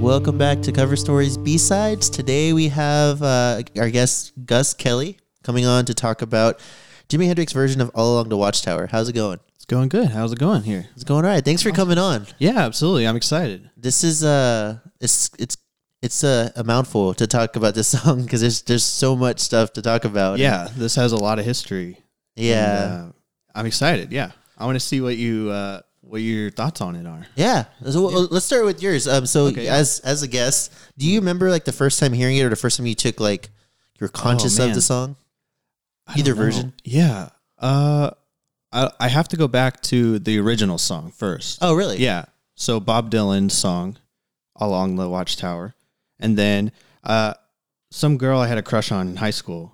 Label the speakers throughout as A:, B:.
A: welcome back to Cover Stories B Sides. Today we have uh, our guest Gus Kelly coming on to talk about Jimi Hendrix's version of All Along the Watchtower. How's it going?
B: It's going good. How's it going here?
A: It's going all right. Thanks for coming on.
B: Yeah, absolutely. I'm excited.
A: This is uh, it's it's it's a, a mouthful to talk about this song because there's there's so much stuff to talk about.
B: Yeah, this has a lot of history.
A: yeah,
B: And, uh, I'm excited. Yeah, I want to see what you uh, what your thoughts on it are.
A: yeah. So well, let's start with yours. Um, so
B: Okay, yeah.
A: as as a guest, do you remember like the first time hearing it or the first time you took like you're conscious of
B: Oh, man.
A: the song?
B: I don't
A: Either
B: know.
A: version.
B: Yeah. Uh, I I have to go back to the original song first.
A: Oh, really?
B: Yeah. So Bob Dylan's song, "Along the Watchtower," and then uh, some girl I had a crush on in high school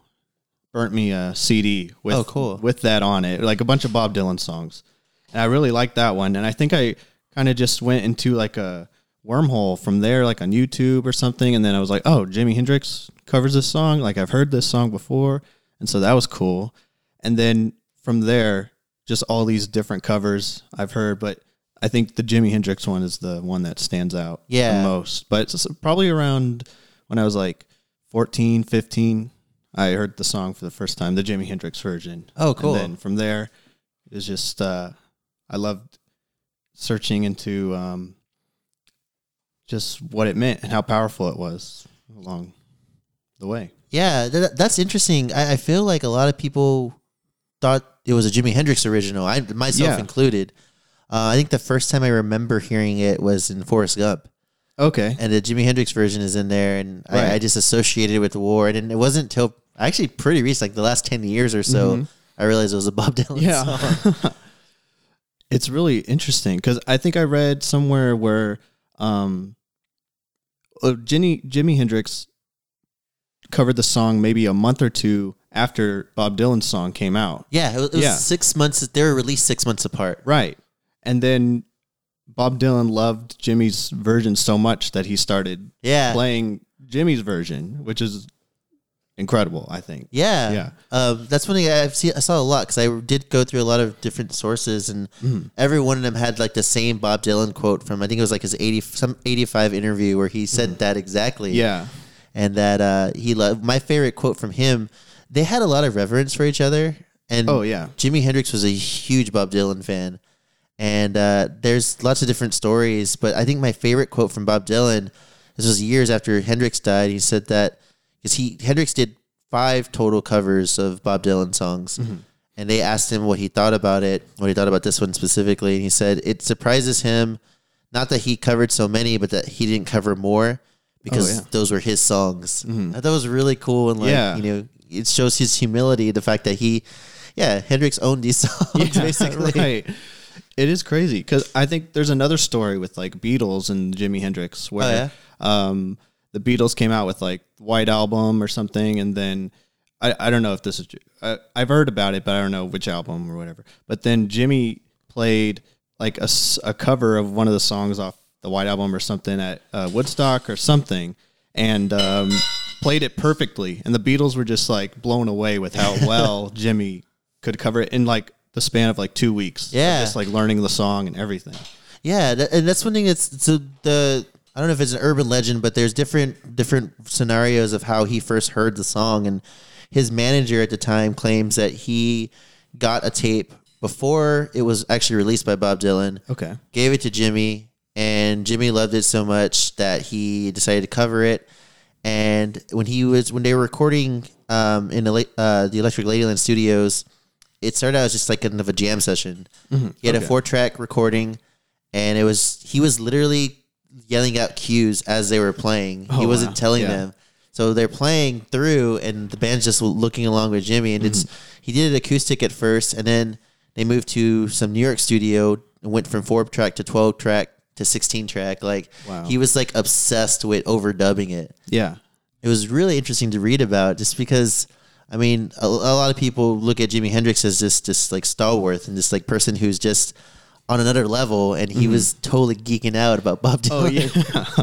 B: burnt me a CD with
A: Oh, cool.
B: with that on it, like a bunch of Bob Dylan songs, and I really liked that one. And I think I kind of just went into like a wormhole from there, like on YouTube or something. And then I was like, oh, Jimi Hendrix covers this song. Like I've heard this song before, and so that was cool. And then from there, just all these different covers I've heard, but I think the Jimi Hendrix one is the one that stands out
A: Yeah.
B: the most. But it's probably around when I was like 14, 15, I heard the song for the first time, the Jimi Hendrix version.
A: Oh, cool.
B: And then from there, it was just, uh, I loved searching into um, just what it meant and how powerful it was along the way.
A: Yeah, th- that's interesting. I, I feel like a lot of people thought it was a Jimi Hendrix original, I myself
B: Yeah.
A: included. Uh, I think the first time I remember hearing it was in Forrest Gump,
B: Okay.
A: and the Jimi Hendrix version is in there, and
B: Right.
A: I, I just associated it with the war. And it wasn't until actually pretty recent, like the last ten years or so,
B: Mm-hmm.
A: I realized it was a Bob Dylan song.
B: it's really interesting because I think I read somewhere where um, uh, Jimmy, Jimi Hendrix covered the song maybe a month or two after Bob Dylan's song came out.
A: Yeah, it was, it was
B: Yeah.
A: six months. They were released six months apart.
B: Right. And then Bob Dylan loved Jimmy's version so much that he started
A: Yeah,
B: playing Jimmy's version, which is incredible, I think.
A: Yeah,
B: Yeah.
A: Um, that's one thing I've seen. I saw a lot because I did go through a lot of different sources, and
B: Mm-hmm.
A: every one of them had like the same Bob Dylan quote from I think it was like his eighty some eighty five interview where he said that exactly.
B: Mm-hmm. Yeah.
A: and that uh, he loved my favorite quote from him. They had a lot of reverence for each other, and
B: Oh, yeah.
A: Jimi Hendrix was a huge Bob Dylan fan, and uh, there's lots of different stories. But I think my favorite quote from Bob Dylan, this was years after Hendrix died. He said that because he Hendrix did five total covers of Bob Dylan songs, and they asked him what he thought about it, what he thought about this one specifically, and he said it surprises him, not that he covered so many, but that he didn't cover more because
B: yeah.
A: those were his songs. I thought it was really cool and like
B: Yeah.
A: you know it shows his humility, the fact that he, yeah, Hendrix owned these songs
B: Yeah,
A: basically.
B: Right. It is crazy because I think there's another story with like Beatles and Jimi Hendrix
A: Oh,
B: where um, the Beatles came out with like White Album or something, and then I, I don't know if this is I, I've heard about it, but I don't know which album or whatever. But then Jimmy played like a, s- a cover of one of the songs off the White Album or something at uh, Woodstock or something, and um, played it perfectly. And the Beatles were just like blown away with how well Jimmy could cover it in like the span of like two weeks. of
A: Yeah.
B: just like learning the song and everything.
A: Yeah, that, and that's one thing that's so the I don't know if it's an urban legend, but there's different different scenarios of how he first heard the song, and his manager at the time claims that he got a tape before it was actually released by Bob Dylan.
B: Okay.
A: gave it to Jimmy, and Jimmy loved it so much that he decided to cover it. And when he was when they were recording um, in the, la- uh, the Electric Ladyland Studios, it started out as just like kind of a jam session. He had a
B: Mm-hmm. okay.
A: four track recording, and it was he was literally yelling out cues as they were playing. he
B: Oh, wow.
A: wasn't telling
B: Yeah.
A: them. So they're playing through, and the band's just looking along with Jimmy. And it's
B: Mm-hmm.
A: he did it acoustic at first, and then they moved to some New York studio and went from four track to twelve track to sixteen track. Like
B: Wow.
A: he was like obsessed with overdubbing it.
B: Yeah.
A: It was really interesting to read about, just because. I mean, a, a lot of people look at Jimi Hendrix as this, this like stalwart and this like person who's just on another level, and he was totally geeking out about Bob Dylan.
B: Mm-hmm. Oh yeah.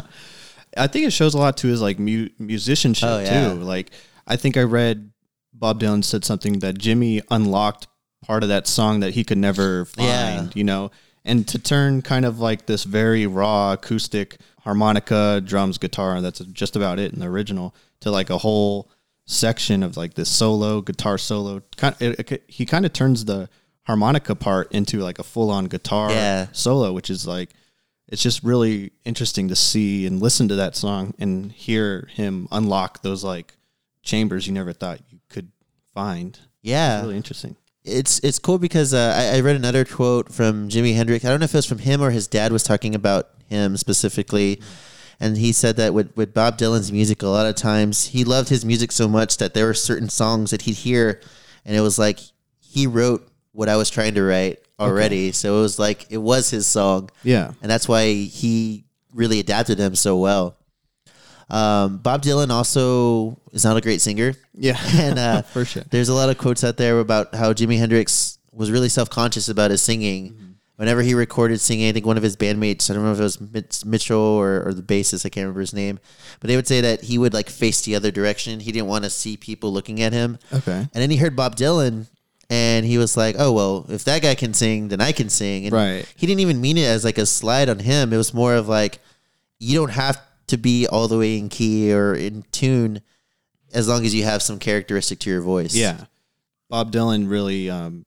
B: I think it shows a lot to his like mu- musicianship
A: Oh, yeah.
B: too. Like I think I read Bob Dylan said something that Jimmy unlocked part of that song that he could never find,
A: Yeah.
B: you know. And to turn kind of like this very raw acoustic harmonica, drums, guitar, and that's just about it in the original to like a whole section of like this solo guitar solo. Kind it, it- he kind of turns the harmonica part into like a full on guitar
A: Yeah.
B: solo, which is like it's just really interesting to see and listen to that song and hear him unlock those like chambers you never thought you could find.
A: Yeah.
B: It's really interesting.
A: it's it's cool because uh, I, I read another quote from Jimi Hendrix. I don't know if it was from him or his dad was talking about him specifically, and he said that with with Bob Dylan's music, a lot of times he loved his music so much that there were certain songs that he'd hear, and it was like he wrote what I was trying to write already. So it was like it was his song
B: Yeah.
A: and that's why he really adapted him so well. Um, Bob Dylan also is not a great singer.
B: Yeah.
A: and uh,
B: For sure.
A: there's a lot of quotes out there about how Jimi Hendrix was really self conscious about his singing.
B: Mm-hmm.
A: Whenever he recorded singing, I think one of his bandmates, I don't remember if it was Mitch, Mitchell or, or the bassist, I can't remember his name, but they would say that he would like face the other direction. He didn't want to see people looking at him.
B: Okay.
A: And then he heard Bob Dylan and he was like, oh, well, if that guy can sing, then I can sing. And
B: Right.
A: he didn't even mean it as like a slide on him. It was more of like, you don't have to be all the way in key or in tune as long as you have some characteristic to your voice.
B: Yeah. Bob Dylan really, um,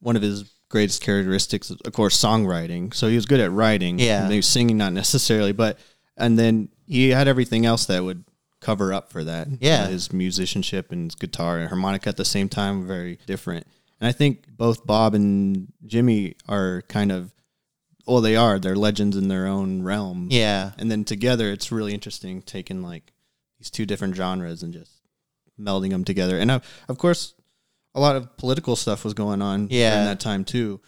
B: one of his greatest characteristics, is, of course, songwriting. So he was good at writing.
A: Yeah.
B: Maybe singing, not necessarily, but, and then he had everything else that would cover up for that. Uh,
A: Yeah.
B: his musicianship and his guitar and harmonica at the same time, were very different. And I think both Bob and Jimmy are kind of, well, they are, they're legends in their own realm.
A: Yeah.
B: And then together, it's really interesting taking like these two different genres and just melding them together. And uh, of course, a lot of political stuff was going on
A: Yeah.
B: during that time too.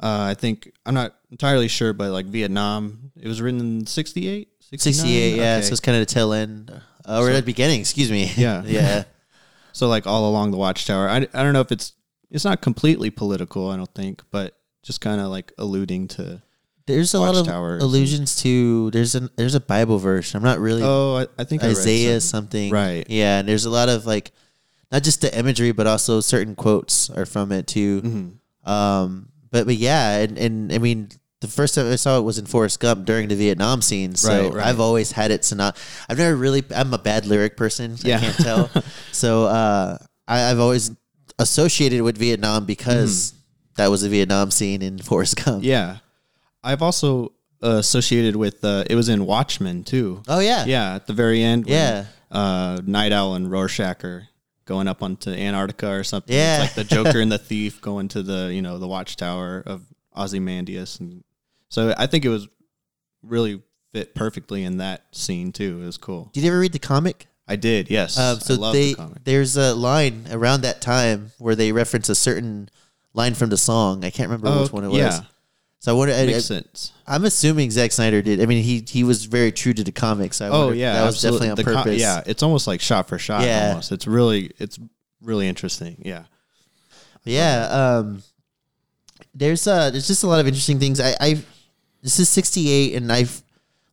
B: Uh, I think I'm not entirely sure, but like Vietnam, it was written in 68,
A: 68, yeah. So
B: Okay.
A: it's kind of the tail end uh, or at the beginning, excuse me.
B: Yeah.
A: yeah.
B: So like all along the watchtower. I, I don't know if it's it's not completely political, I don't think, but just kind of like alluding to
A: There's a lot of
B: Watchtowers and-
A: allusions to, there's, an, there's a Bible verse. I'm not really
B: Oh, I, I think I read
A: Isaiah
B: some-
A: something.
B: Right.
A: Yeah, and there's a lot of like not just the imagery but also certain quotes are from it too.
B: Mm-hmm.
A: Um but but yeah, and, and I mean the first time I saw it was in Forrest Gump during the Vietnam scene. So
B: Right, right.
A: I've always had it synop I've never really I'm a bad lyric person. I
B: Yeah.
A: can't tell. so uh I, I've always associated with Vietnam because that was the Vietnam scene in Forrest Gump.
B: Mm-hmm. Yeah. I've also uh, associated with uh, it was in Watchmen too.
A: Oh yeah.
B: Yeah, at the very end. when,
A: Yeah.
B: Uh, Night Owl and Rorschach are going up onto Antarctica or something.
A: Yeah.
B: It's like the Joker and the Thief going to the, you know, the watchtower of Ozymandias. And so I think it was really fit perfectly in that scene too. It was cool.
A: Did you ever read the comic?
B: I did, yes.
A: Um,
B: I
A: so
B: love
A: they
B: the comic.
A: there's a line around that time where they reference a certain line from the song. I can't remember
B: Oh,
A: which one it was.
B: yeah.
A: So I wonder. I,
B: Makes sense.
A: I, am assuming Zack Snyder did. I mean, he he was very true to the comics. I
B: Oh
A: wonder if
B: yeah,
A: that was
B: absolutely.
A: definitely on
B: The co-
A: purpose.
B: yeah, it's almost like shot for shot.
A: Yeah.
B: almost. It's really, it's really interesting. Yeah.
A: yeah. Um, there's uh, there's just a lot of interesting things. I I this is 68, and I've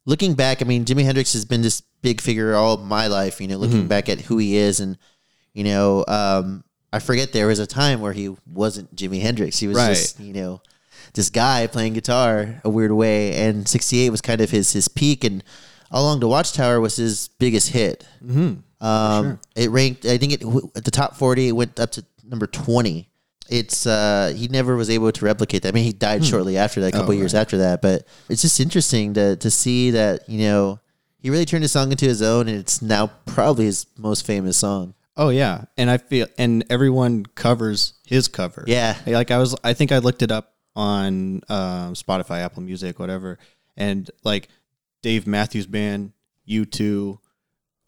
A: looking back. I mean, Jimi Hendrix has been this big figure all my life. You know, looking back at who he is, and you know, um, I forget there was a time where he wasn't Jimi Hendrix. He was
B: Right.
A: just you know this guy playing guitar a weird way, and 68 was kind of his his peak, and All Along the Watchtower was his biggest hit. Um, It ranked, I think, it w- at the top forty. It went up to number twenty. It's uh, he never was able to replicate that. I mean, he died shortly after that, a couple years after that. But it's just interesting to to see that you know he really turned his song into his own, and it's now probably his most famous song.
B: Oh yeah, and I feel and everyone covers his cover.
A: Yeah.
B: like I was, I think I looked it up on um, Spotify, Apple Music, whatever, and like Dave Matthews Band, U two,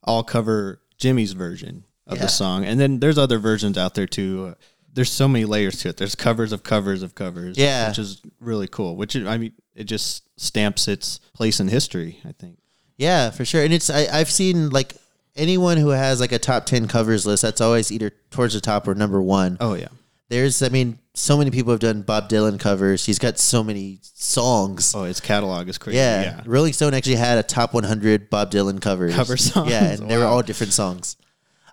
B: all cover Jimmy's version of
A: Yeah.
B: the song, and then there's other versions out there too. There's so many layers to it. There's covers of covers of covers.
A: Yeah.
B: which is really cool. Which I mean, it just stamps its place in history. I think.
A: Yeah, for sure. And it's I, I've seen like anyone who has like a top ten covers list, that's always either towards the top or number one.
B: Oh yeah.
A: There's I mean, so many people have done Bob Dylan covers. He's got so many songs.
B: Oh, its catalog is crazy.
A: yeah.
B: yeah.
A: Rolling Stone actually had a top 100 Bob Dylan covers.
B: Cover songs,
A: Yeah, and they were all different songs.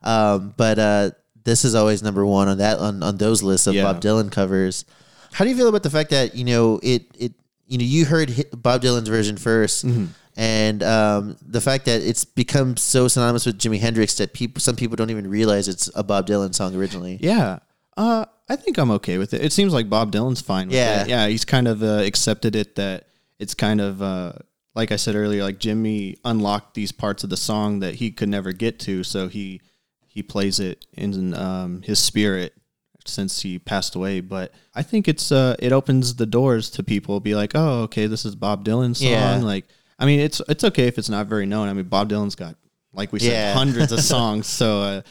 A: Um, but uh, this is always number one on that on, on those lists of
B: Yeah.
A: Bob Dylan covers.
B: Mm-hmm.
A: How do you feel about the fact that you know it it you know you heard hi- Bob Dylan's version 1st and um, the fact that it's become so synonymous with Jimi Hendrix that people, some people don't even realize it's a Bob Dylan song originally.
B: Yeah. Uh, I think I'm okay with it. It seems like Bob Dylan's fine with
A: Yeah.
B: it. Yeah, he's kind of uh, accepted it that it's kind of uh, like I said earlier, like Jimmy unlocked these parts of the song that he could never get to, so he he plays it in um, his spirit since he passed away. But I think it's uh, it opens the doors to people be like, oh, okay, this is Bob Dylan's song.
A: Yeah.
B: Like, I mean, it's it's okay if it's not very known. I mean, Bob Dylan's got like we said
A: Yeah.
B: hundreds of songs, so.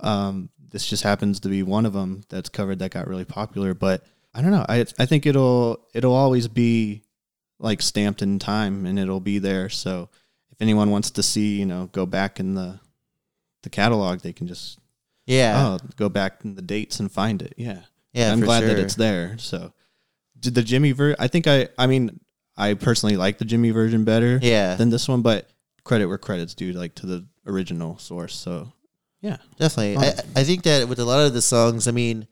B: Uh, um, this just happens to be one of them that's covered that got really popular. But I don't know. I I think it'll it'll always be like stamped in time and it'll be there. So if anyone wants to see, you know, go back in the the catalog, they can just
A: Yeah,
B: oh go back in the dates and find it. Yeah,
A: yeah.
B: I'm
A: for
B: glad that
A: sure.
B: it's there. So did the Jimmy ver? I think I I mean I personally like the Jimmy version better
A: Yeah,
B: than this one, but credit where credit's due, like to the original source. So yeah,
A: definitely.
B: Oh.
A: I, I think that with a lot of the songs, I mean,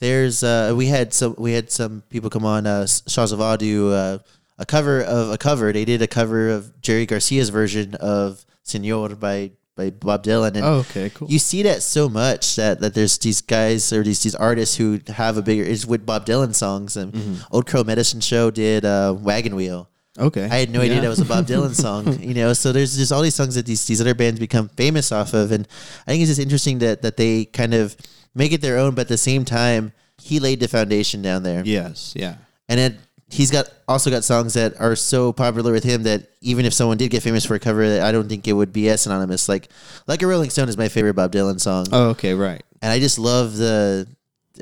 A: there's uh, we had some we had some people come on uh, Shazava do uh, a cover of a cover. They did a cover of Jerry Garcia's version of Senor by by Bob Dylan, and
B: oh, okay, cool.
A: you see that so much that, that there's these guys or these these artists who have a bigger is with Bob Dylan songs and Old Crow Medicine Show did uh, Wagon Wheel.
B: okay,
A: I had no idea
B: Yeah.
A: that was a Bob Dylan song, you know. So there's just all these songs that these these other bands become famous off of, and I think it's just interesting that that they kind of make it their own, but at the same time he laid the foundation down there,
B: Yes. Yeah.
A: and then he's got also got songs that are so popular with him that even if someone did get famous for a cover, that I don't think it would be as synonymous. Like like a Rolling Stone is my favorite Bob Dylan song
B: Oh, okay. Right.
A: and I just love the.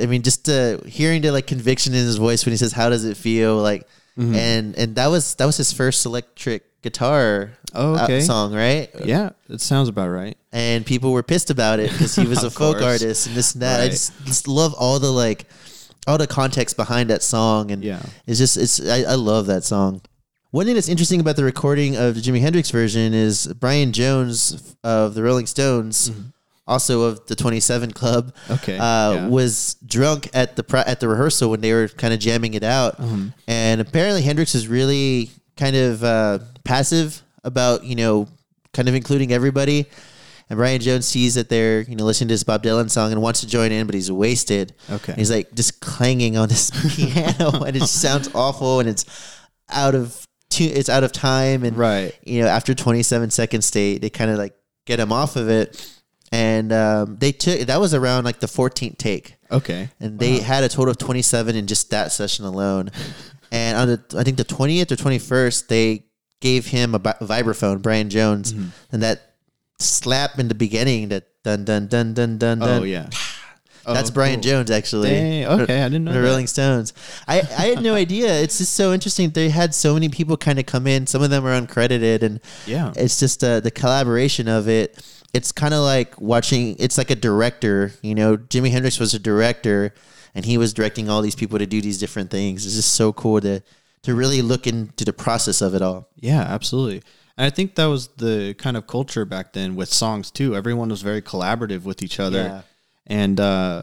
A: I mean, just uh, hearing the like conviction in his voice when he says, "How does it feel?" Like,
B: Mm-hmm.
A: and and that was that was his first electric guitar
B: Oh,
A: uh,
B: okay.
A: song, right?
B: Yeah, it sounds about right.
A: And people were pissed about it because he was a
B: Of
A: folk
B: course.
A: artist and this and that. I
B: Right.
A: just, just love all the like all the context behind that song, and
B: Yeah.
A: it's just it's I, I love that song. One thing that's interesting about the recording of the Jimi Hendrix version is Brian Jones of the Rolling Stones, also of the Twenty Seven Club,
B: Mm-hmm. Okay,
A: uh,
B: yeah.
A: was drunk at the pri- at the rehearsal when they were kind of jamming it out, and apparently Hendrix is really kind of uh, passive about you know kind of including everybody. And Brian Jones sees that they're you know listening to this Bob Dylan song and wants to join in, but he's wasted.
B: Okay.
A: And he's like just clanging on this piano, and it sounds awful, and it's out of tu- it's out of time, and
B: Right.
A: you know, after 27 seconds, they they kind of like get him off of it, and um, they took that was around like the 14th take,
B: Okay.
A: and they had a total of 27 in just that session alone, and on the I think the 20th or 21st, they gave him a bi- vibraphone, Brian Jones,
B: Mm-hmm.
A: and that slap in the beginning, that dun dun dun dun dun dun.
B: Oh yeah. Oh,
A: That's Brian Jones actually.
B: Dang, okay, I didn't know
A: The
B: that.
A: Rolling Stones. I, I had no idea. It's just so interesting. They had so many people kind of come in. Some of them are uncredited, and
B: Yeah.
A: it's just uh, the collaboration of it. It's kind of like watching. It's like a director. You know, Jimi Hendrix was a director, and he was directing all these people to do these different things. It's just so cool to to really look into the process of it all.
B: Yeah, absolutely. And I think that was the kind of culture back then with songs too. Everyone was very collaborative with each other,
A: Yeah.
B: and uh,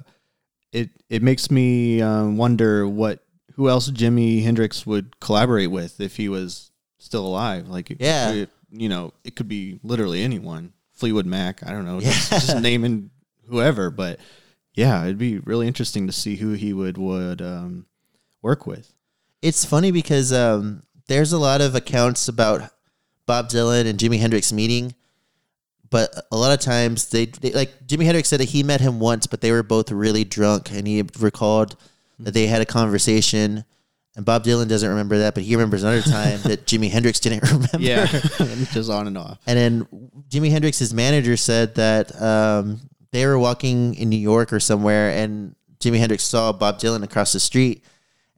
B: it it makes me um, wonder what who else Jimi Hendrix would collaborate with if he was still alive. Like, it-
A: Yeah.
B: it- you know, it could be literally anyone. Fleetwood Mac. I don't know. Just, just naming whoever, but yeah, it'd be really interesting to see who he would would um, work with.
A: It's funny because um, there's a lot of accounts about Bob Dylan and Jimi Hendrix meeting, but a lot of times they, they like Jimi Hendrix said that he met him once, but they were both really drunk, and he recalled that they had a conversation. And Bob Dylan doesn't remember that, but he remembers another time that Jimi Hendrix didn't remember.
B: just on and off.
A: And then Jimi Hendrix's manager said that um, they were walking in New York or somewhere, and Jimi Hendrix saw Bob Dylan across the street,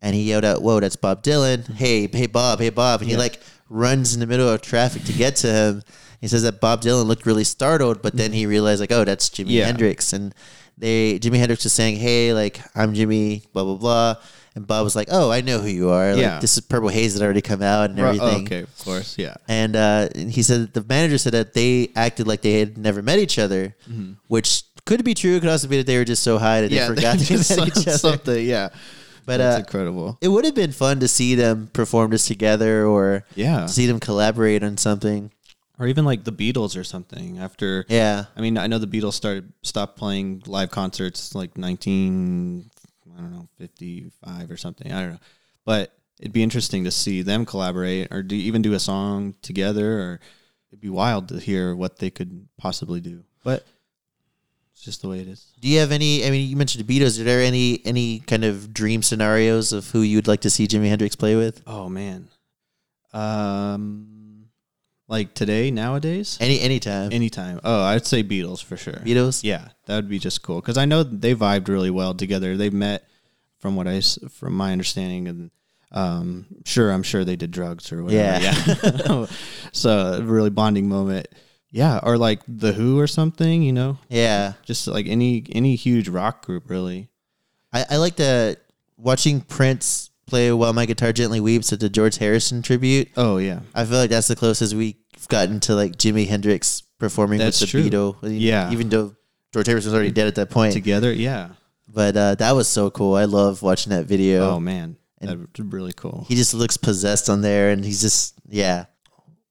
A: and he yelled out, "Whoa, that's Bob Dylan! Hey, hey, Bob! Hey, Bob!" And he like runs in the middle of traffic to get to him. He says that Bob Dylan looked really startled, but then he realized like, "Oh, that's Jimi
B: Yeah.
A: Hendrix," and they Jimi Hendrix was saying, "Hey, like I'm Jimi, blah blah blah." And Bob was like, "Oh, I know who you are. Like,
B: Yeah.
A: this is Purple Haze that already come out and
B: Ro-
A: everything."
B: Uh, oh, okay, of course, yeah.
A: and uh, he said that the manager said that they acted like they had never met each other,
B: Mm-hmm.
A: which could be true. Could also be that they were just so high that they forgot
B: they
A: they
B: just
A: met
B: saw
A: each other.
B: something, yeah.
A: But
B: That's
A: uh,
B: incredible.
A: it would have been fun to see them perform this together or
B: Yeah.
A: see them collaborate on something.
B: Or even like the Beatles or something after
A: Yeah.
B: I mean, I know the Beatles started stopped playing live concerts like nineteen, I don't know, fifty five or something. I don't know, but it'd be interesting to see them collaborate or do even do a song together. Or it'd be wild to hear what they could possibly do. But it's just the way it is.
A: Do you have any? I mean, you mentioned the Beatles. Are there any any kind of dream scenarios of who you'd like to see Jimi Hendrix play with?
B: Oh man, um, like today nowadays,
A: Any anytime.
B: anytime. Oh, I'd say Beatles for sure.
A: Beatles.
B: Yeah, that would be just cool because I know they vibed really well together. They met, from what I s- from my understanding, and um, sure, I'm sure they did drugs or whatever.
A: Yeah.
B: so a really bonding moment. Yeah, or like the Who or something. You know,
A: Yeah.
B: just like any any huge rock group really.
A: I, I like the watching Prince play while my guitar gently weeps at the George Harrison tribute.
B: Oh yeah,
A: I feel like that's the closest we've gotten to like Jimi Hendrix performing
B: That's
A: with the
B: true.
A: Beatles.
B: Yeah.
A: Even though George Harrison was already dead at that point.
B: together. Yeah.
A: But uh, that was so cool. I love watching that video.
B: Oh man, that's really cool.
A: He just looks possessed on there, and he's just yeah.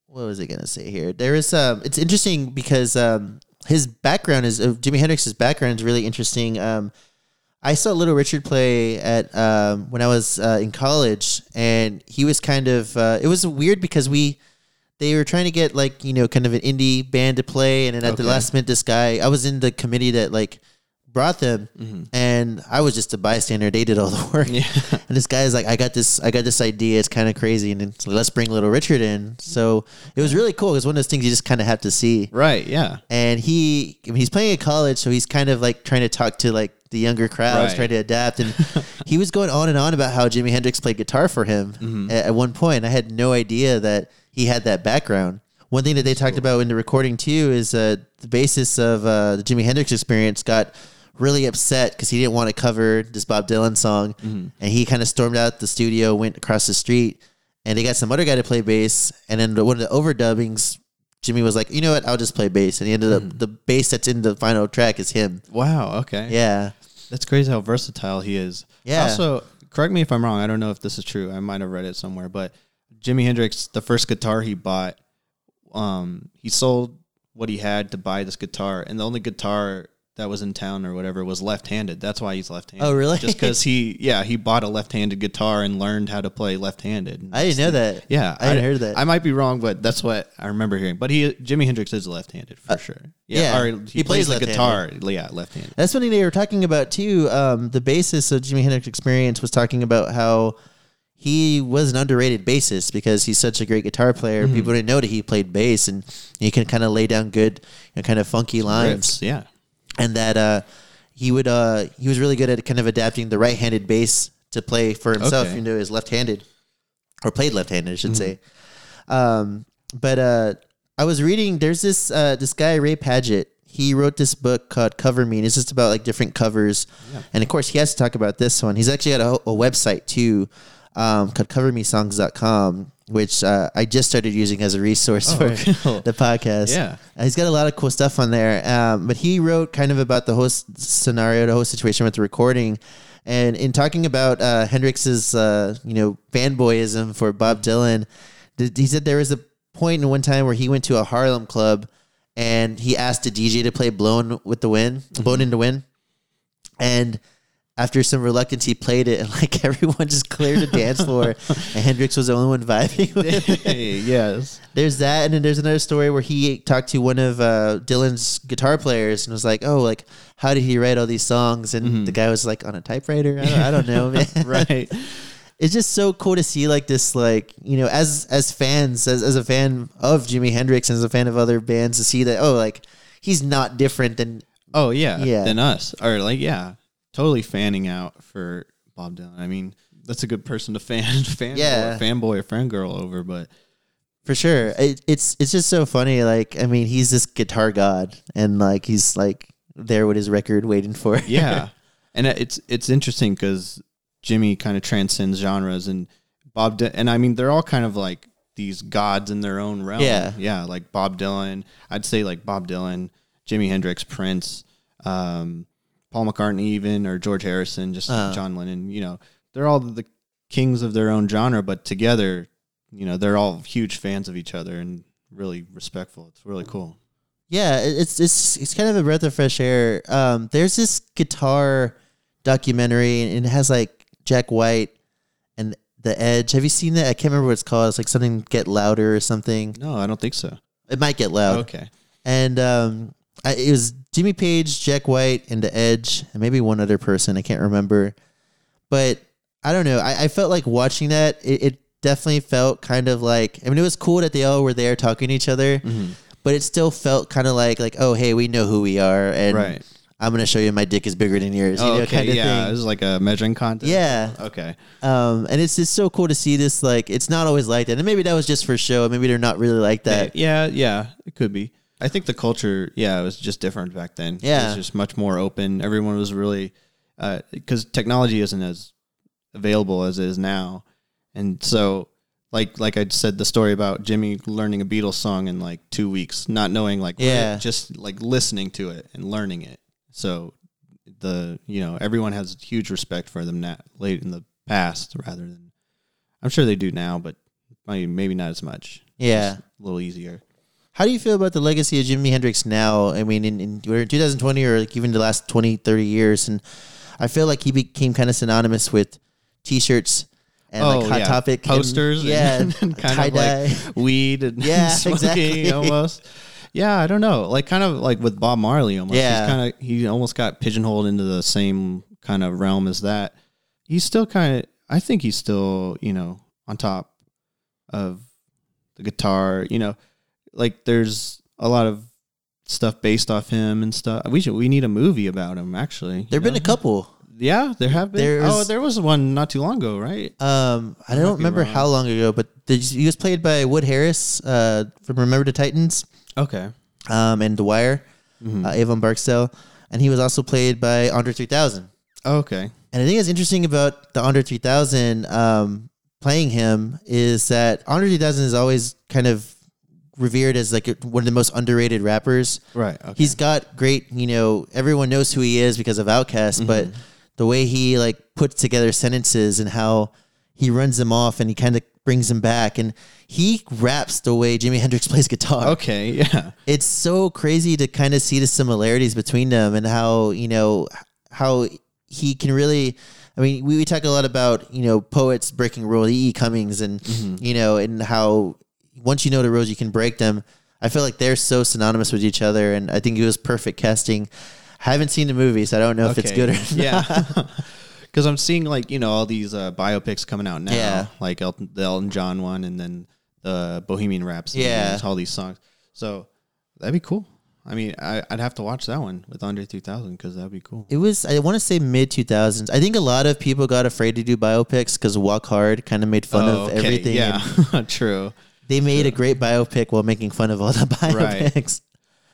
A: What was I gonna say here? There is um. It's interesting because um his background is uh, Jimi Hendrix's background is really interesting. Um, I saw Little Richard play at um when I was uh, in college, and he was kind of uh, it was weird because we. They were trying to get like you know kind of an indie band to play, and then at the
B: Okay.
A: last minute, this guy I was in the committee that like brought them, and I was just a bystander. They did all the work,
B: Mm-hmm. Yeah.
A: and this guy is like, I got this, I got this idea. It's kind of crazy, and it's like, let's bring Little Richard in. So it was really cool. It's one of those things you just kind of have to see.
B: Right. Yeah.
A: And he, I mean, he's playing at college, so he's kind of like trying to talk to like the younger crowds,
B: Right.
A: trying to adapt. And he was going on and on about how Jimi Hendrix played guitar for him at, at one point. I had no idea that he had that background. One thing that they talked about in the recording too is uh, the basis of uh, the Jimi Hendrix experience got really upset because he didn't want to cover this Bob Dylan song, and he kind of stormed out the studio, went across the street, and they got some other guy to play bass. And then one of the overdubbings, Jimmy was like, "You know what? I'll just play bass." And he ended up the bass that's in the final track is him.
B: Wow. Okay.
A: Yeah,
B: That's crazy how versatile he is.
A: Yeah.
B: Also, correct me if I'm wrong. I don't know if this is true. I might have read it somewhere, but Jimi Hendrix, the first guitar he bought, um, he sold what he had to buy this guitar, and the only guitar that was in town or whatever was left-handed. That's why he's left-handed.
A: Oh, really?
B: Just because he, yeah, he bought a left-handed guitar and learned how to play left-handed.
A: I didn't know that.
B: Yeah,
A: I hadn't heard that.
B: I might be wrong, but that's what I remember hearing. But he, Jimi Hendrix, is left-handed for sure.
A: Uh, yeah.
B: or he,
A: He plays
B: plays, the guitar. Yeah, left-handed.
A: That's one thing they were talking about too. Um, the basis of Jimi Hendrix Experience was talking about how he was an underrated bassist because he's such a great guitar player. People didn't know that he played bass, and he can kind of lay down good, you know, kind of funky lines.
B: Riffs, yeah.
A: and that uh, he would uh, he was really good at kind of adapting the right-handed bass to play for himself.
B: Okay. Mm-hmm.
A: You know, is left-handed or played left-handed, I should say. Um, but uh, I was reading. There's this uh, this guy Ray Paget. He wrote this book called Cover Me, and it's just about like different covers. And of course, he has to talk about this one. He's actually got a, a website too um, called CoverMeSongs.com, which uh, I just started using as a resource for
B: Oh, cool.
A: the podcast.
B: Yeah.
A: Uh, He's got a lot of cool stuff on there. Um, but he wrote kind of about the whole s- scenario, the whole situation with the recording. And in talking about uh, Hendrix's, uh, you know, fanboyism for Bob Dylan, th- he said there was a point in one time where he went to a Harlem club and he asked a DJ to play "Blown with the Wind,"
B: Mm-hmm.
A: "Blown in the Wind," and after some reluctance, he played it, and like everyone just cleared the dance floor, and Hendrix was the only one vibing. With it.
B: yes.
A: There's that, and then there's another story where he talked to one of uh, Dylan's guitar players and was like, "Oh, like how did he write all these songs?" And the guy was like, "On a typewriter." I don't, I don't know, man.
B: Mm-hmm. Right.
A: It's just so cool to see like this, like you know, as as fans, as as a fan of Jimi Hendrix and as a fan of other bands, to see that oh, like he's not different than
B: Oh yeah.
A: Yeah.
B: Than us. Or like yeah. Totally fanning out for Bob Dylan. I mean, that's a good person to fan fan
A: Yeah.
B: fanboy or fangirl over, but
A: For sure, it, it's it's just so funny. Like, I mean, he's this guitar god, and like he's like there with his record, waiting for it.
B: yeah. and it's it's interesting cuz Jimmy kind of transcends genres and Bob Dy- and I mean they're all kind of like these gods in their own realm.
A: Yeah.
B: Yeah, like Bob Dylan. I'd say like Bob Dylan, Jimi Hendrix, Uh-huh. Prince, um, Paul McCartney even or George Harrison, just John Lennon, you know. they're all the kings of their own genre, but together, you know, they're all huge fans of each other and really respectful. It's really cool.
A: Yeah, it- it's it's it's kind of a breath of fresh air. Um, there's this guitar documentary, and it has like Jack White and The Edge. Have you seen that? I can't remember what it's called. It's like something Get Louder or something.
B: No, I don't think so.
A: It might get loud.
B: Okay.
A: And um, I, it was Jimmy Page, Jack White, and The Edge, and maybe one other person. I can't remember, but I don't know. I, I felt like watching that. It, it definitely felt kind of like. I mean, it was cool that they all were there talking to each other
B: Mm-hmm.
A: but it still felt kind of like like oh hey we know who we are and
B: Right.
A: I'm gonna show you my dick is bigger than yours you know
B: Oh, okay.
A: kind of
B: yeah.
A: thing
B: This is like a measuring contest.
A: yeah
B: Okay.
A: um and it's just so cool to see this like it's not always like that and maybe that was just for show maybe they're not really like that
B: yeah, yeah, it could be. I think the culture, yeah, it was just different back then. it
A: Yeah.
B: was just much more open. Everyone was really because technology isn't as available as it is now, and so like like I said, the story about Jimmy learning a Beatles song in like two weeks, not knowing like what it-
A: Yeah.
B: just like listening to it and learning it. So the you know everyone has huge respect for them now, late in the past rather than I'm sure they do now, but maybe maybe not as much.
A: Yeah.
B: Just a little easier.
A: how do you feel about the legacy of Jimi Hendrix now I mean in, in we're in 2020 or like even the last 20 30 years and I feel like he became kind of synonymous with t-shirts and like hot
B: Oh, yeah.
A: topic and-
B: posters,
A: yeah
B: and, and kind of
A: tie-dye.
B: like weed and
A: Yeah,
B: smoking
A: exactly.
B: almost. Yeah, I don't know, like kind of like with Bob Marley almost.
A: Yeah.
B: he's kind of he almost got pigeonholed into the same kind of realm as that. He's still kind of, I think he's still you know on top of the guitar. You know, like there's a lot of stuff based off him and stuff. We should we need a movie about him actually. you
A: there've been
B: know?
A: a couple
B: yeah, there have been.
A: There's-
B: oh, there was one not too long ago, right?
A: Um, I
B: might be
A: don't remember
B: wrong.
A: how long ago, but the, he was played by Wood Harris uh, from Remember the Titans
B: Okay.
A: um, and The Wire,
B: Mm-hmm.
A: uh, Avon Barksdale, and he was also played by Andre 3000.
B: Okay.
A: And I think it's interesting about the Andre 3000 um, playing him is that Andre 3000 is always kind of revered as like one of the most underrated rappers.
B: Right. Okay.
A: He's got great, you know, everyone knows who he is because of Outkast, but
B: Mm-hmm.
A: the way he like puts together sentences and how he runs them off and he kind of brings them back and he raps the way Jimi Hendrix plays guitar.
B: okay. Yeah.
A: It's so crazy to kind of see the similarities between them and how, you know, how he can really I mean, we, we talk a lot about, you know, poets breaking rules, E. E. Cummings and
B: Mm-hmm.
A: you know, and how once you know the rules you can break them. I feel like they're so synonymous with each other and I think it was perfect casting. I haven't seen the movie, so I don't know if it's good or not.
B: yeah. Because I'm seeing like you know all these uh, biopics coming out now,
A: Yeah.
B: like Elton, the Elton John one, and then the Bohemian Rhapsody.
A: Yeah.
B: and all these songs. So that'd be cool. I mean, I, I'd have to watch that one with Andre 3000 because that'd be cool.
A: It was I want to say mid 2000s. I think a lot of people got afraid to do biopics cuz Walk Hard kind of made fun
B: Oh,
A: of
B: okay,
A: everything and
B: Yeah, true.
A: They made a great biopic while making fun of all the
B: Right.
A: biopics.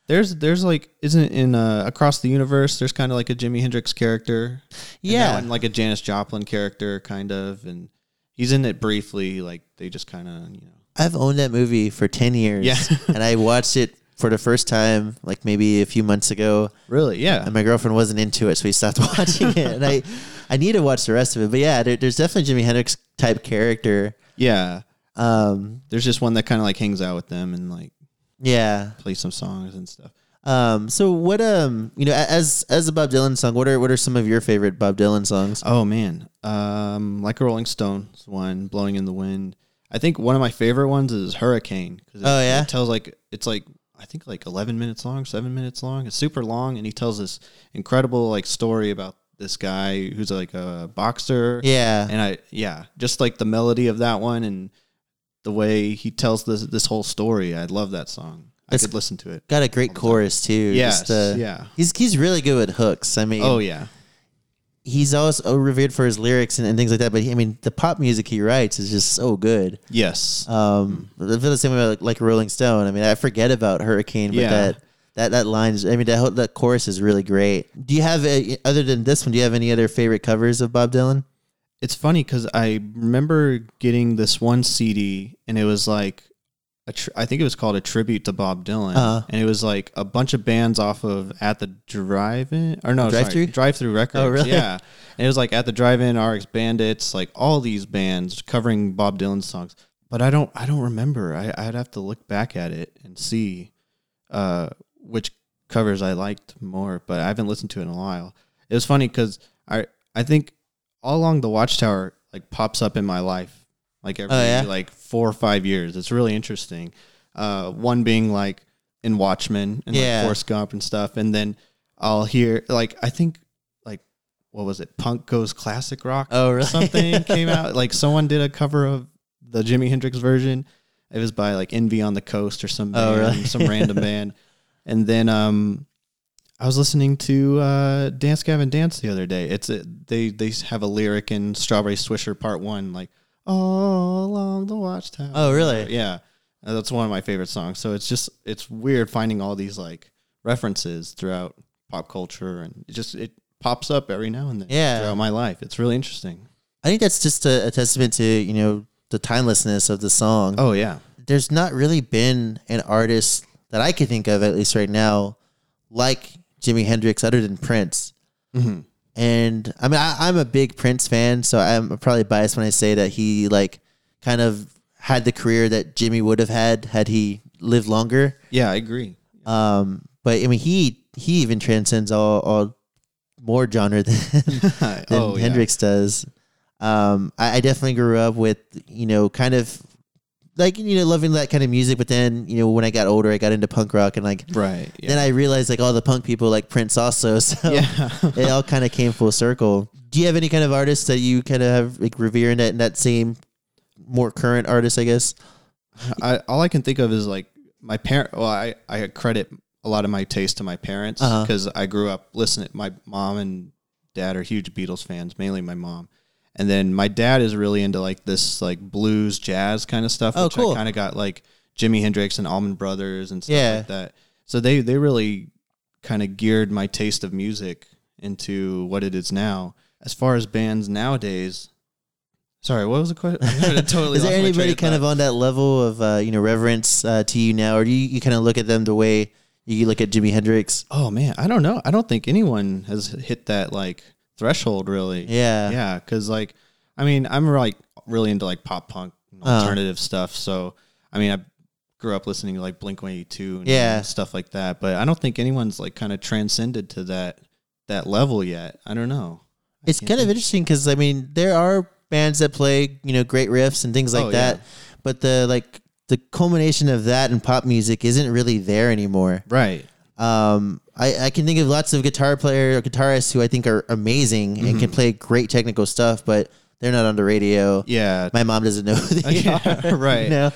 B: There's there's like isn't in uh, across the universe. There's kind of like a Jimi Hendrix character. And that
A: Yeah.
B: one, like a Janis Joplin character, kind of, and he's in it briefly. Like they just kind of you know.
A: I've owned that movie for 10 years.
B: Yeah.
A: and I watched it for the first time, like maybe a few months ago.
B: Really? Yeah.
A: And my girlfriend wasn't into it, so we stopped watching it. And I, I need to watch the rest of it. But yeah, there, there's definitely Jimi Hendrix type character.
B: Yeah.
A: Um,
B: There's just one that kind of like hangs out with them and like
A: yeah.
B: plays some songs and stuff.
A: Um, so what, um, you know, a- as, as a Bob Dylan song, what are, what are some of your favorite Bob Dylan songs?
B: Oh man. Um like a Rolling Stones one, Blowing in the Wind. I think one of my favorite ones is Hurricane cuz
A: Oh, yeah?
B: it tells like it's like I think like 11 minutes long, 7 minutes long. It's super long and he tells this incredible like story about this guy who's like a boxer
A: yeah.
B: and I yeah, just like the melody of that one and the way he tells this this whole story. I love that song. I
A: That's-
B: could listen to it.
A: Got a great chorus too.
B: Yes,
A: uh,
B: yeah.
A: He's, he's really good at hooks. I mean,
B: Oh yeah.
A: he's also revered for his lyrics and, and things like that. But he, I mean, the pop music he writes is just so good.
B: Yes.
A: Um, I feel the same way like, like Rolling Stone. I mean, I forget about Hurricane, but
B: Yeah.
A: that that that lines. I mean, that whole- that chorus is really great. Do you have a, other than this one? Do you have any other favorite covers of Bob Dylan?
B: it's funny because I remember getting this one CD and it was like a tr- I think it was called a tribute to Bob Dylan,
A: Uh-huh.
B: and it was like a bunch of bands off of at the drive-in or no
A: Drive-Thru? Oh,
B: drive-through drive-through records.
A: really?
B: Yeah, and it was like at the drive-in, RX Bandits, like all these bands covering Bob Dylan songs. But I don't I don't remember. I I'd have to look back at it and see uh, which covers I liked more. But I haven't listened to it in a while. It was funny because I I think all along the Watchtower like pops up in my life like every
A: Oh, yeah?
B: like four or five years. It's really interesting. Uh, one being like in Watchmen and
A: Yeah.
B: like Forrest Gump and stuff, and then I'll hear like I think like what was it? Punk goes classic rock.
A: Oh, really?
B: Something came out like someone did a cover of the Jimi Hendrix version. It was by like Envy on the Coast or some
A: Oh,
B: band,
A: really?
B: some random band, and then um. I was listening to uh, Dance Gavin Dance the other day. It's a, they they have a lyric in Strawberry Swisher Part One, like all along the watchtower.
A: Oh, really?
B: Yeah, Uh, that's one of my favorite songs. So it's just it's weird finding all these like references throughout pop culture, and it just it pops up every now and then.
A: Yeah.
B: throughout my life, it's really interesting.
A: I think that's just a, a testament to you know the timelessness of the song.
B: Oh yeah,
A: There's not really been an artist that I can think of, at least right now, like Jimi Hendrix, other than Prince.
B: Mhm.
A: And I mean, I, I'm a big Prince fan, so I'm probably biased when I say that he like kind of had the career that Jimmy would have had had he lived longer.
B: yeah, I agree.
A: Um, but I mean, he he even transcends all, all more genre than
B: than
A: than Hendrix does. Um, I, I definitely grew up with you know kind of like you know loving that kind of music, but then you know when I got older, I got into punk rock and like
B: right? Yeah.
A: then I realized like all the punk people like Prince also, so
B: yeah.
A: it all kind of came full circle. Do you have any kind of artists that you kind of have like revere in that in that same more current artist, I guess?
B: I all I can think of is like my parent. Well, I I credit a lot of my taste to my parents
A: Uh-huh.
B: because I grew up listening. My mom and dad are huge Beatles fans, mainly my mom, and then my dad is really into like this like blues jazz kind of stuff.
A: Oh,
B: which
A: cool.
B: I kind of got like Jimi Hendrix and Allman Brothers and stuff
A: Yeah.
B: like that. So they they really kind of geared my taste of music into what it is now. As far as bands nowadays, sorry, what was the question? I totally
A: Is there
B: lost my train
A: anybody
B: of
A: kind
B: thought.
A: of on that level of uh, you know reverence uh, to you now, or do you, you kind of look at them the way you look at Jimi Hendrix?
B: Oh man, I don't know. I don't think anyone has hit that like threshold really.
A: Yeah,
B: Yeah, cuz like I mean, I'm like really into like pop punk and
A: Uh.
B: alternative stuff. So, I mean, I grew up listening to like Blink-182 and
A: Yeah.
B: stuff like that, but I don't think anyone's like kind of transcended to that that level yet. I don't know. I
A: it's
B: can't
A: kind of
B: think.
A: interesting because I mean there are bands that play you know great riffs and things like
B: Oh, yeah.
A: that, but the like the culmination of that in pop music isn't really there anymore.
B: right.
A: Um, I, I can think of lots of guitar player guitarists who I think are amazing and can play great technical stuff, but they're not on the radio.
B: Mm-hmm. Yeah.
A: My mom doesn't know who they
B: Yeah,
A: are.
B: right.
A: You know?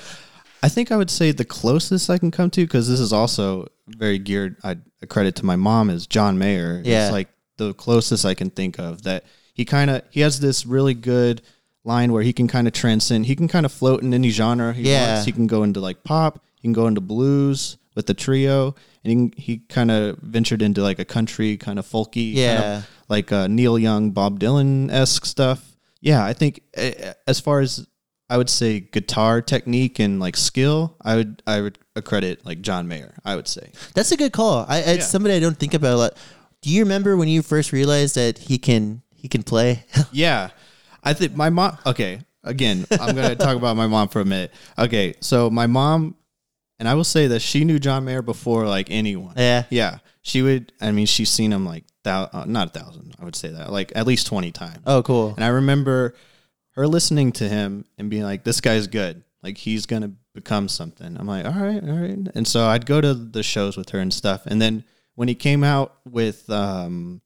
B: I think I would say the closest I can come to because this is also very geared. I a credit to my mom is John Mayer.
A: Yeah.
B: it's like the closest I can think of that he kind of he has this really good line where he can kind of transcend. He can kind of float in any genre he
A: Yeah.
B: wants. He can go into like pop. He can go into blues with the trio, and he, can- he kind of ventured into like a country kind of folky, kind
A: Yeah.
B: of like uh, Neil Young, Bob Dylan esque stuff. Yeah, I think uh, as far as I would say guitar technique and like skill, I would I would accredit like John Mayer. I would say
A: That's a good call. I, it's
B: Yeah.
A: somebody I don't think about a lot. Do you remember when you first realized that he can he can play?
B: yeah. I think my mom. Okay, again, I'm gonna talk about my mom for a minute. Okay, so my mom, and I will say that she knew John Mayer before like anyone.
A: Yeah.
B: yeah. She would. I mean, she's seen him like thou, uh, not a thousand. I would say that like at least twenty times.
A: oh, cool.
B: And I remember her listening to him and being like, this guy's good. Like, he's going to become something. I'm like, all right, all right. And so I'd go to the shows with her and stuff. And then when he came out with um,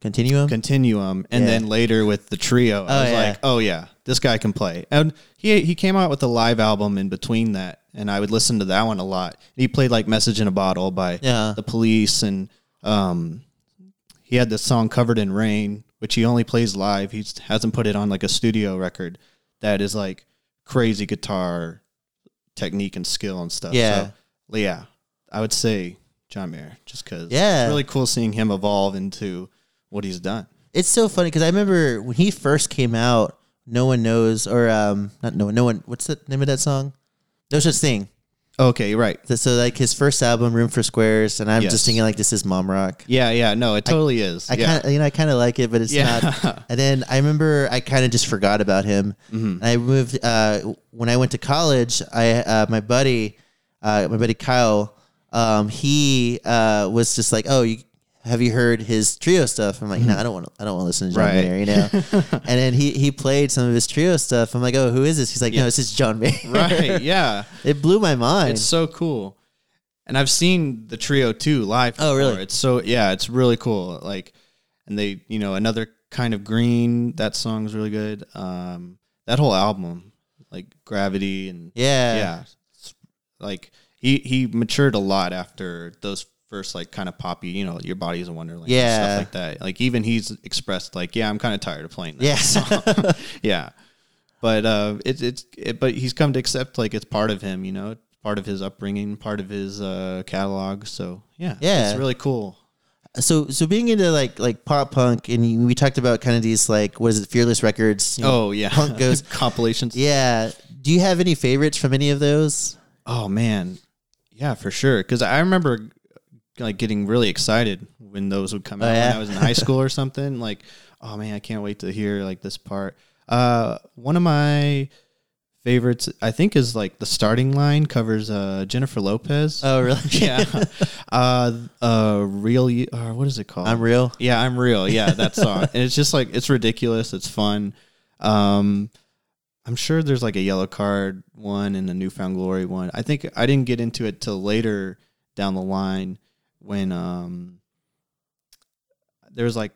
A: Continuum.
B: Continuum and
A: Yeah.
B: then later with the trio,
A: Oh,
B: I was
A: yeah.
B: like, oh, yeah, this guy can play. And he, he came out with a live album in between that. And I would listen to that one a lot. He played like Message in a Bottle by
A: Yeah.
B: the police and um he had this song covered in rain which he only plays live he hasn't put it on like a studio record that is like crazy guitar technique and skill and stuff
A: Yeah.
B: so, yeah i would say john mayer just because
A: Yeah.
B: it's really cool seeing him evolve into what he's done
A: It's so funny because I remember when he first came out. No one knows, or um, not no one. No one. What's the name of that song? No such thing.
B: Okay, you're right.
A: Th- So like his first album, Room for Squares, and I'm
B: Yes.
A: just thinking like this is mom rock.
B: Yeah, yeah. No, it totally is.
A: I
B: yeah.
A: kind of, you know, I kind of like it, but it's
B: Yeah.
A: not. And then I remember I kind of just forgot about him.
B: Mm-hmm.
A: And I moved uh, when I went to college. I uh, my buddy, uh, my buddy Kyle, um, he uh, was just like, "Oh, you, have you heard his trio stuff?" I'm like, "No, I don't want. to I don't want to listen to John
B: Mm-hmm. Right.
A: Mayer." You know. and then he he played some of his trio stuff. I'm like, "Oh, who is this?" He's like, "No, it's just John Mayer."
B: right. Yeah.
A: it blew my mind.
B: It's so cool. And I've seen the trio too live.
A: Oh, really?
B: before. It's so yeah, it's really cool. Like, and they, you know, another kind of green. That song's really good. Um, that whole album, like gravity and
A: yeah.
B: yeah, It's- like he he matured a lot after those first like kind of poppy. You know, your body's a wonderland. and
A: Yeah.
B: stuff like that. Like even he's expressed like, yeah, I'm kind of tired of playing. That
A: Yeah.
B: song. yeah. But uh, it's it's it, but he's come to accept like it's part of him, you know, it's part of his upbringing, part of his uh, catalog. So yeah,
A: Yeah.
B: it's really cool.
A: so so being into like like pop punk and you, we talked about kind of these like what is it fearless records you know,
B: Oh yeah,
A: punk goes
B: compilations.
A: yeah do you have any favorites from any of those
B: Oh man, yeah, for sure. Because I remember like getting really excited when those would come out when
A: yeah?
B: I was in high school or something. Like, oh man, I can't wait to hear like this part. Uh, one of my favorites, I think, is like the starting line covers uh, Jennifer Lopez.
A: oh really
B: yeah, uh, uh, real. You- Uh, what is it called?
A: i'm real
B: Yeah, I'm real. Yeah, that song. and it's just like it's ridiculous. It's fun. Um, I'm sure there's like a yellow card one and a newfound glory one. I think I didn't get into it till later down the line when um there was like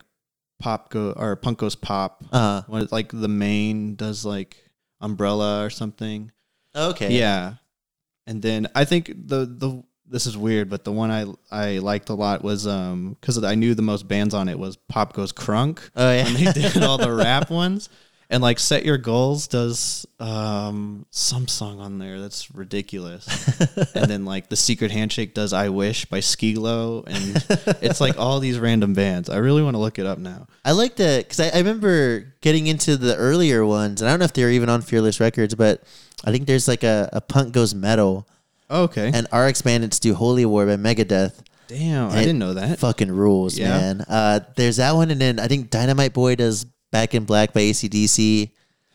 B: pop go or punk goes pop.
A: uh
B: When it's, like the main does like umbrella or something.
A: okay
B: Yeah. And then I think the the this is weird, but the one I I liked a lot was um because I knew the most bands on it was Pop Goes Crunk.
A: oh
B: And they
A: yeah
B: did all the rap ones. And like Set Your Goals does um some song on there that's ridiculous. and then like The Secret Handshake does I Wish by Skilo and it's like all these random bands. I really want to look it up now.
A: i like that because I, I remember getting into the earlier ones and i don't know if they were even on fearless records but i think there's like a, a punk goes metal
B: Okay.
A: and our expandants do holy war by megadeth
B: Damn, I
A: and-
B: didn't know that.
A: fucking rules,
B: Yeah.
A: man. Uh, there's that one, and then I think Dynamite Boy does Back in Black by ACDC.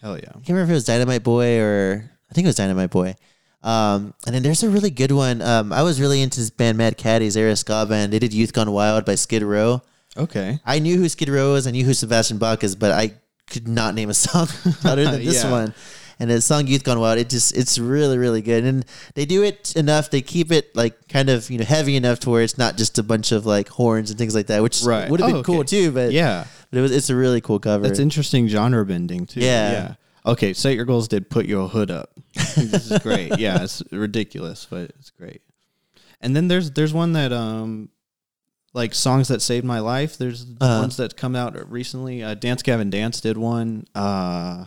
B: Hell yeah.
A: I can't remember if it was Dynamite Boy or I think it was Dynamite Boy. Um, and then there's a really good one. Um, I was really into this band Mad Caddies, they were a ska band. They did Youth Gone Wild by Skid Row.
B: Okay.
A: I knew who Skid Row was, I knew who Sebastian Bach is, but I could not name a song other than this
B: Yeah.
A: one. And the song "Youth Gone Wild," it just it's really really good, and they do it enough. They keep it like kind of you know heavy enough to where it's not just a bunch of like horns and things like that, which
B: Right.
A: would have been
B: Oh,
A: cool
B: okay.
A: too. But
B: Yeah.
A: but it was it's a really cool cover.
B: That's interesting genre bending too.
A: Yeah.
B: Okay, set your goals did put your hood up. this is great. Yeah, it's ridiculous, but it's great. And then there's there's one that um like songs that saved my life. There's
A: Uh-huh.
B: ones that come out recently. Uh, Dance Gavin Dance did one. Uh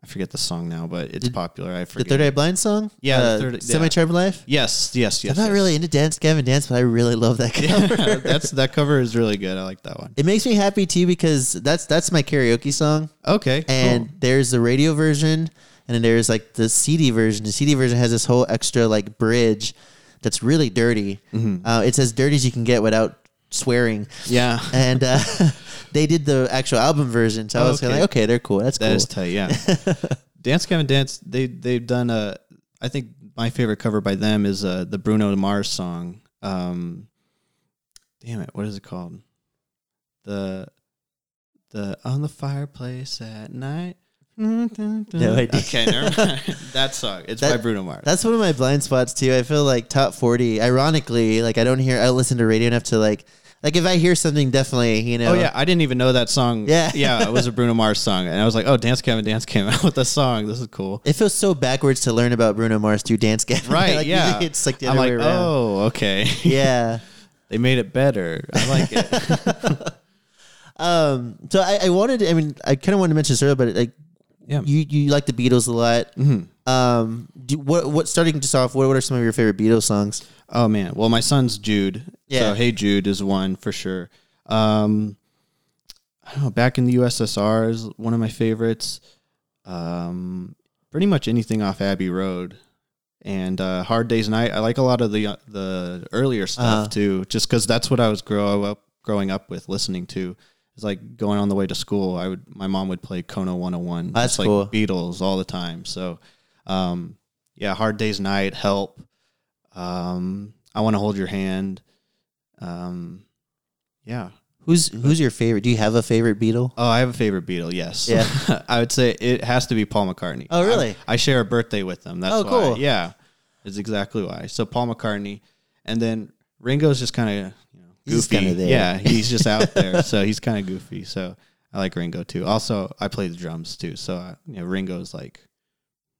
B: I forget the song now, but it's popular. I
A: the
B: forget.
A: Third Eye Blind song,
B: Yeah, the
A: uh,
B: Third- yeah.
A: Semi Tribal Life.
B: yes, yes, yes.
A: I'm not
B: yes.
A: really into dance, Gavin dance, but I really love that cover.
B: That's that cover is really good. I like that one.
A: It makes me happy too because that's that's my karaoke song.
B: Okay. cool.
A: and there's the radio version and then there's like the cd version the cd version has this whole extra like bridge that's really dirty
B: Mm-hmm.
A: uh, it's as dirty as you can get without swearing
B: yeah.
A: and uh, they did the actual album version so i was kinda
B: Okay.
A: like okay they're cool that's
B: That
A: cool
B: is tight, yeah. Dance Gavin Dance, they they've done a I think my favorite cover by them is uh the Bruno Mars song. Um damn it, what is it called? The the on the fireplace at night. No
A: idea.
B: Okay, never mind. that song. It's
A: That-
B: by Bruno Mars.
A: that's one of my blind spots too i feel like top 40 ironically like i don't hear i don't listen to radio enough to like like if i hear something definitely you know
B: Oh yeah, I didn't even know that song.
A: Yeah.
B: yeah, it was a Bruno Mars song, and I was like, "Oh, Dance Gavin Dance came out with a song. This is cool."
A: it feels so backwards to learn about bruno mars through dance gavin
B: Right?
A: Like,
B: yeah,
A: usually it's like the
B: I'm
A: other
B: like,
A: way around
B: "Oh, okay."
A: yeah
B: They made it better. I like it.
A: Um, so I, I wanted, I mean, I kind of wanted to mention this earlier, but like,
B: Yeah. Mm-hmm.
A: you you like the Beatles a lot. Um, do, what what starting just off? What, what are some of your favorite Beatles songs?
B: oh man. Well, my son's Jude.
A: Yeah.
B: So Hey Jude is one for sure. Um, I don't know. Back in the USSR is one of my favorites. Um, pretty much anything off Abbey Road and uh, Hard Day's Night. I like a lot of the uh, the earlier stuff too, just because that's what I was grow up growing up with listening to. It's like going on the way to school. I would my mom would play Kono 101.
A: Oh, That's
B: just like
A: cool.
B: Beatles all the time. So, um, yeah, Hard Day's Night, Help, um, I Want to Hold Your Hand, um, yeah.
A: Who's who's your favorite? Do you have a favorite Beatle?
B: Oh, I have a favorite Beatle. Yes.
A: Yeah.
B: I would say it has to be Paul McCartney.
A: Oh, really?
B: I, I share a birthday with them. That's
A: Oh,
B: why.
A: cool.
B: Yeah, is exactly why. So Paul McCartney, and then Ringo's just kind of you know
A: He's just
B: goofy.
A: kinda there.
B: Yeah, he's just out there, so he's kind of goofy. So I like Ringo too. Also, I play the drums too, so I, you know Ringo's like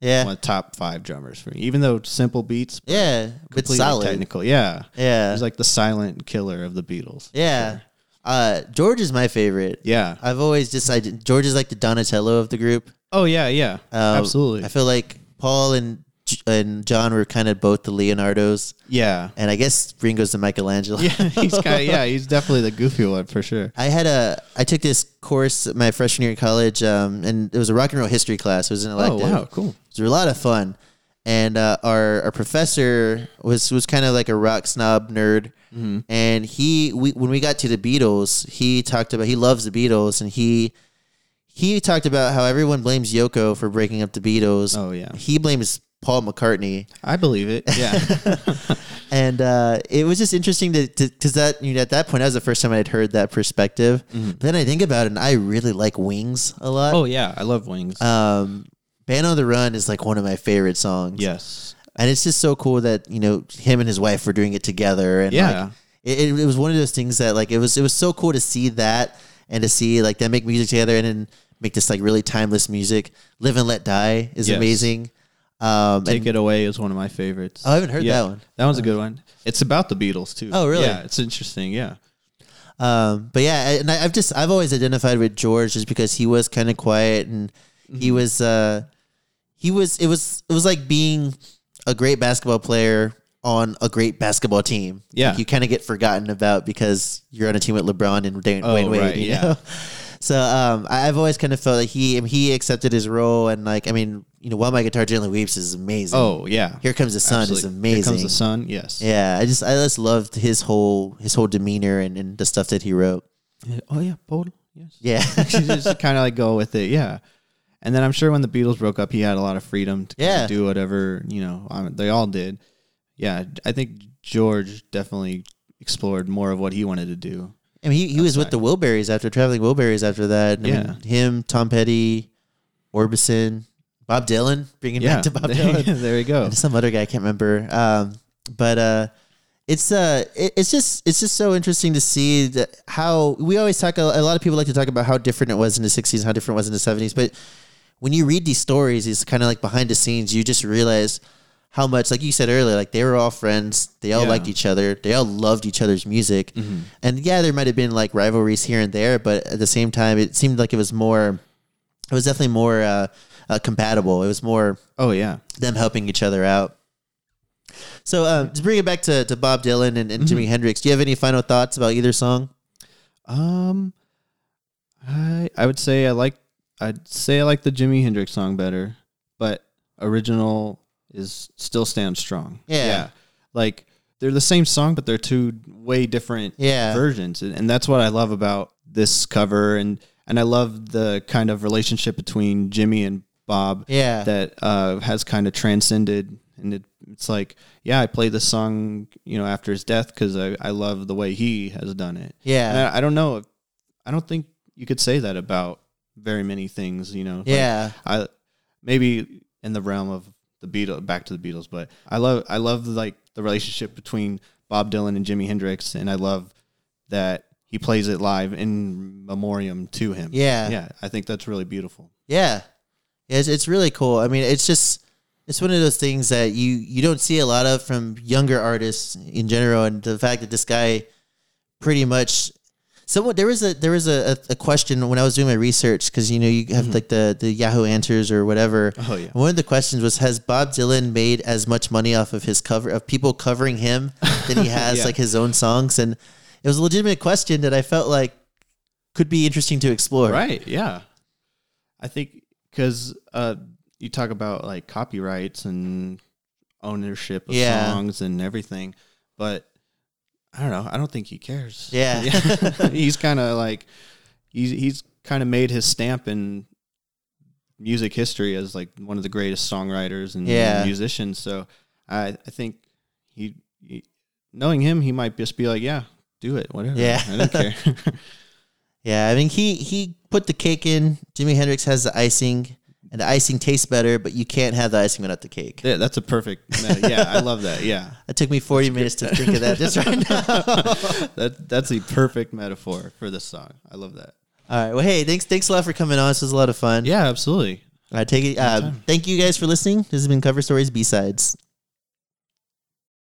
B: one
A: Yeah,
B: of the top five drummers for me. Even though simple beats,
A: yeah, but
B: completely
A: solid.
B: technical. Yeah,
A: Yeah,
B: he's like the silent killer of the Beatles.
A: yeah. Uh, George is my favorite.
B: Yeah.
A: I've always decided George is like the Donatello of the group.
B: Oh yeah, yeah.
A: Uh,
B: Absolutely.
A: I feel like Paul and J- and John were kind of both the Leonardos,
B: yeah.
A: and I guess Ringo's the Michelangelo.
B: Yeah, he's kind of, yeah, he's definitely the goofy one for sure.
A: I had a I took this course at my freshman year in college, um, and it was a rock and roll history class. It
B: Oh,
A: was an elective.
B: cool.
A: It was a lot of fun. And uh, our, our professor was was kind of like a rock snob nerd,
B: Mm-hmm.
A: and he we, when we got to the Beatles, he talked about he loves the Beatles, and he he talked about how everyone blames Yoko for breaking up the Beatles.
B: Oh, yeah.
A: he blames Paul McCartney,
B: I believe it. Yeah.
A: and uh, it was just interesting to because that you know, at that point that was the first time I had heard that perspective.
B: Mm-hmm.
A: Then I think about it, and I really like Wings a lot.
B: oh yeah, I love wings.
A: Um, Band on the Run is like one of my favorite songs.
B: yes.
A: and it's just so cool that you know him and his wife were doing it together and
B: Yeah.
A: like, it, it- it was one of those things that like it was it was so cool to see that and to see like them make music together and then make this like really timeless music live and let die is
B: Yes.
A: amazing um
B: Take
A: and
B: It Away is one of my favorites.
A: Oh, I haven't heard
B: Yeah,
A: that one.
B: That one's a good one. It's about the Beatles too.
A: Oh, really?
B: Yeah, it's interesting. Yeah.
A: um but yeah I- and I, i've just i've always identified with george just because he was kind of quiet and
B: Mm-hmm.
A: he was uh he was it was it was like being a great basketball player on a great basketball team.
B: Yeah.
A: Like, you kind of get forgotten about because you're on a team with LeBron and Dan-
B: Oh,
A: Wayne Wade.
B: right,
A: you
B: yeah.
A: know? So um, I- I've always kind of felt like he I mean, he accepted his role and like I mean you know while my guitar gently weeps is amazing.
B: Oh yeah.
A: here comes the sun is
B: Absolutely.
A: amazing.
B: Here comes the sun. Yes.
A: Yeah, I just I just loved his whole his whole demeanor and, and the stuff that he wrote.
B: Oh yeah, Paul. Yes.
A: Yeah,
B: you just kind of like go with it. Yeah. And then I'm sure when the Beatles broke up, he had a lot of freedom to kinda
A: Yeah.
B: do whatever, you know, um, they all did. Yeah. I think George definitely explored more of what he wanted to do.
A: I mean he, he was with the Wilburys after traveling Wilburys after that. I mean,
B: Yeah.
A: him, Tom Petty, Orbison, Bob Dylan, bringing
B: Yeah.
A: back to Bob Dylan.
B: there we go.
A: And some other guy I can't remember. Um, but uh, it's uh, it, it's just it's just so interesting to see that how we always talk. A lot of people like to talk about how different it was in the '60s, how different it was in the '70s. But when you read these stories, it's kind of like behind the scenes. You just realize how much, like you said earlier, like they were all friends. They all
B: Yeah. Mm-hmm.
A: liked each other. They all loved each other's music. And yeah, there might have been like rivalries here and there, but at the same time, it seemed like it was more. It was definitely more uh, uh, compatible. It was more
B: Oh yeah.
A: them helping each other out. So um, to bring it back to, to Bob Dylan and, and Jimi Hendrix, do you have any final thoughts about either song?
B: Um, I I would say I like I'd say I like the Jimi Hendrix song better, but original is still stands strong.
A: Yeah.
B: like they're the same song, but they're two way different
A: Yeah.
B: versions, and, and that's what I love about this cover, and and I love the kind of relationship between Jimmy and Bob
A: Yeah.
B: that uh, has kind of transcended and it, it's like yeah i play this song you know after his death because I, I love the way he has done it
A: Yeah.
B: And I, I don't know i don't think you could say that about very many things you know Like,
A: Yeah.
B: i maybe in the realm of the beatles back to the beatles but i love i love like the relationship between bob dylan and jimi hendrix and i love that he plays it live in memoriam to him
A: Yeah.
B: yeah i think that's really beautiful
A: Yeah. Yeah, It's, it's really cool. I mean, it's just, it's one of those things that you, you don't see a lot of from younger artists in general. And the fact that this guy pretty much, somewhat, there was a, there was a, a, a question when I was doing my research, cause you know, you have like the, the Yahoo answers or whatever.
B: Oh, yeah.
A: One of the questions was, has Bob Dylan made as much money off of his cover of people covering him than he has
B: Yeah.
A: like his own songs? And it was a legitimate question that I felt like could be interesting to explore.
B: Right. Yeah. I think because uh, you talk about like copyrights and ownership of
A: Yeah.
B: songs and everything. But I don't know. I don't think he cares.
A: Yeah.
B: he's kind of like he's he's kind of made his stamp in music history as like one of the greatest songwriters and
A: Yeah.
B: musicians. So I I think he, he knowing him, he might just be like, yeah, do it, whatever.
A: Yeah.
B: I don't care.
A: Yeah, I mean he he put the cake in. Jimi Hendrix has the icing, and the icing tastes better, but you can't have the icing without the cake.
B: Yeah, That's a perfect. meta- Yeah, I love that. Yeah.
A: It took me forty minutes to think of that just right now.
B: that that's the perfect metaphor for this song. I love that.
A: All right. Well, hey, thanks thanks a lot for coming on. This was a lot of fun.
B: Yeah, absolutely.
A: I take it. Uh, thank you guys for listening. This has been Cover Stories B Sides.